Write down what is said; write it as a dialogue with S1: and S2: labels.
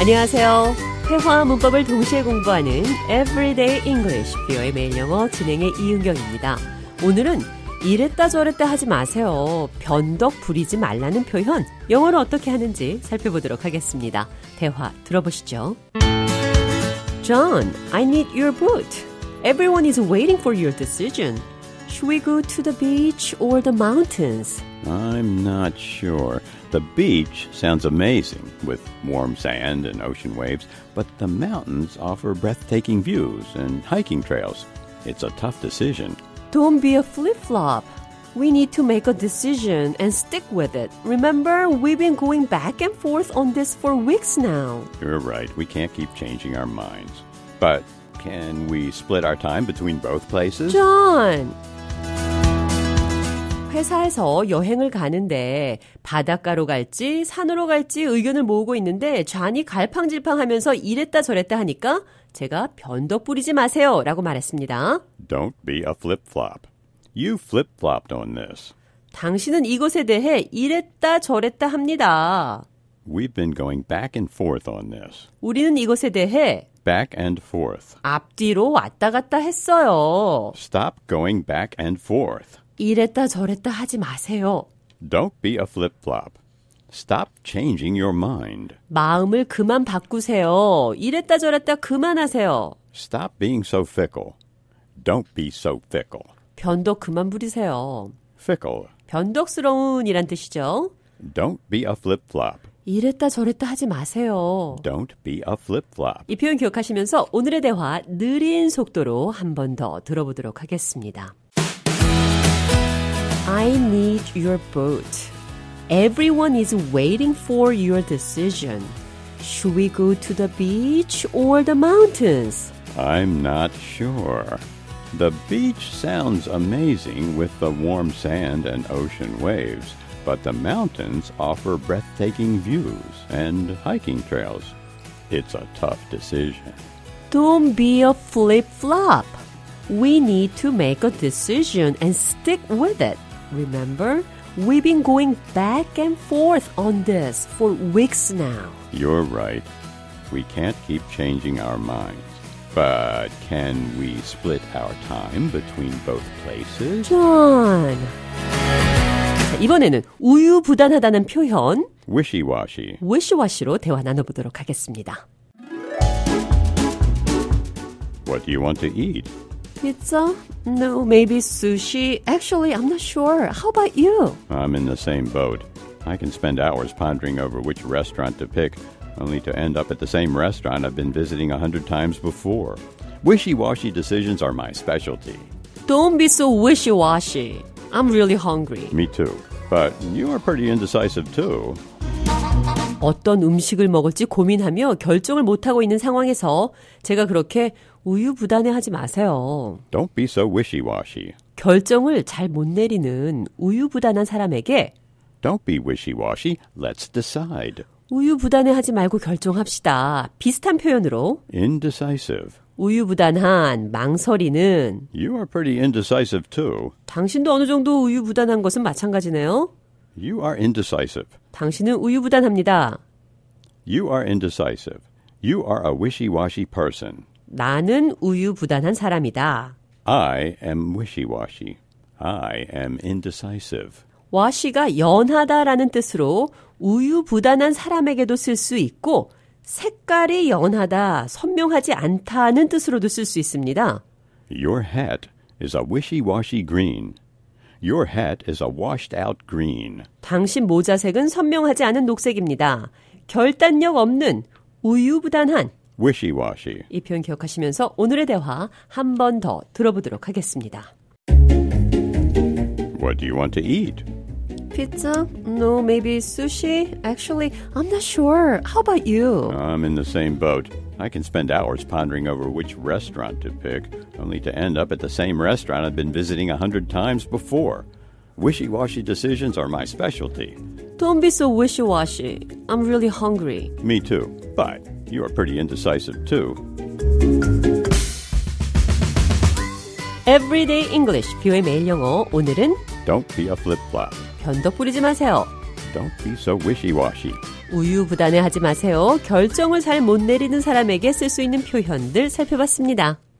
S1: 안녕하세요. 회화와 문법을 동시에 공부하는 Everyday English 뷰의 매일 영어 진행의 이은경입니다. 오늘은 이랬다 저랬다 하지 마세요. 변덕 부리지 말라는 표현 영어로 어떻게 하는지 살펴보도록 하겠습니다. 대화 들어보시죠. John, I need your boot. Everyone is waiting for your decision. Should we go to the beach or the mountains?
S2: I'm not sure. The beach sounds amazing with warm sand and ocean waves, but the mountains offer breathtaking views and hiking trails. It's a tough decision.
S1: Don't be a flip flop. We need to make a decision and stick with it. Remember, we've been going back and forth on this for weeks now.
S2: You're right, we can't keep changing our minds. But can we split our time between both places?
S1: John! 회사에서 여행을 가는데 바닷가로 갈지 산으로 갈지 의견을 모으고 있는데 좌니 갈팡질팡하면서 이랬다 저랬다 하니까 제가 변덕 부리지 마세요 라고 말했습니다.
S2: Don't be a flip flop. You flip flopped on this.
S1: 당신은 이것에 대해 이랬다 저랬다 합니다.
S2: We've been going back and forth on this.
S1: 우리는 이것에 대해
S2: Back and forth.
S1: 앞뒤로 왔다 갔다 했어요.
S2: Stop going back and forth.
S1: 이랬다 저랬다 하지 마세요.
S2: Don't be a flip flop. Stop changing your mind.
S1: 마음을 그만 바꾸세요. 이랬다 저랬다 그만하세요.
S2: Stop being so fickle. Don't be so fickle.
S1: 변덕 그만 부리세요.
S2: Fickle.
S1: 변덕스러운이란 뜻이죠.
S2: Don't be a flip flop.
S1: 이랬다 저랬다 하지 마세요.
S2: Don't be a flip flop.
S1: 이 표현 기억하시면서 오늘의 대화 느린 속도로 한 번 더 들어보도록 하겠습니다. I need your boat. Everyone is waiting for your decision. Should we go to the beach or the mountains?
S2: I'm not sure. The beach sounds amazing with the warm sand and ocean waves, but the mountains offer breathtaking views and hiking trails. It's a tough decision.
S1: Don't be a flip flop. We need to make a decision and stick with it. Remember, we've been going back and forth on this for weeks now.
S2: You're right. We can't keep changing our minds. But can we split our time between both places?
S1: John. 자, 이번에는 우유부단하다는 표현
S2: Wishy washy.
S1: wishy-washy로 대화 나눠보도록 하겠습니다.
S2: What do you want to eat?
S1: Pizza? No, maybe sushi. Actually, I'm not sure. How about you?
S2: I'm in the same boat. I can spend hours pondering over which restaurant to pick, only to end up at the same restaurant I've been visiting a hundred times before. Wishy washy decisions are my specialty.
S1: Don't be so wishy-washy. I'm really hungry.
S2: Me too. But you are pretty indecisive too.
S1: 어떤 음식을 먹을지 고민하며 결정을 못하고 있는 상황에서 제가 그렇게 우유부단해 하지 마세요.
S2: Don't be so wishy washy.
S1: 결정을 잘 못 내리는 우유부단한 사람에게
S2: Don't be wishy washy. Let's decide.
S1: 우유부단해 하지 말고 결정합시다. 비슷한 표현으로
S2: Indecisive.
S1: 우유부단한, 망설이는
S2: You are pretty indecisive too.
S1: 당신도 어느 정도 우유부단한 것은 마찬가지네요.
S2: You are indecisive.
S1: 당신은 우유부단합니다.
S2: You are indecisive. You are a wishy washy person.
S1: 나는 우유부단한 사람이다.
S2: I am wishy washy. I am indecisive.
S1: 와시가 연하다라는 뜻으로 우유부단한 사람에게도 쓸 수 있고 색깔이 연하다, 선명하지 않다는 뜻으로도 쓸 수 있습니다.
S2: Your hat is a wishy washy green. Your hat is a washed out green.
S1: 당신 모자색은 선명하지 않은 녹색입니다. 결단력 없는 우유부단한
S2: Wishy washy.
S1: 이 표현 기억하시면서 오늘의 대화 한 번 더 들어보도록 하겠습니다.
S2: What do you want to eat?
S1: Pizza? No, maybe sushi? Actually, I'm not sure. How about you?
S2: I'm in the same boat. I can spend hours pondering over which restaurant to pick, only to end up at the same restaurant I've been visiting a hundred times before. Wishy washy decisions are my specialty.
S1: Don't be so wishy-washy. I'm really hungry.
S2: Me too. But you are pretty indecisive too.
S1: Everyday English, 뷰의 매일 영어. 오늘은
S2: Don't be a flip flop.
S1: 변덕 부리지 마세요.
S2: Don't be so wishy washy.
S1: 우유부단해 하지 마세요. 결정을 잘 못 내리는 사람에게 쓸 수 있는 표현들 살펴봤습니다.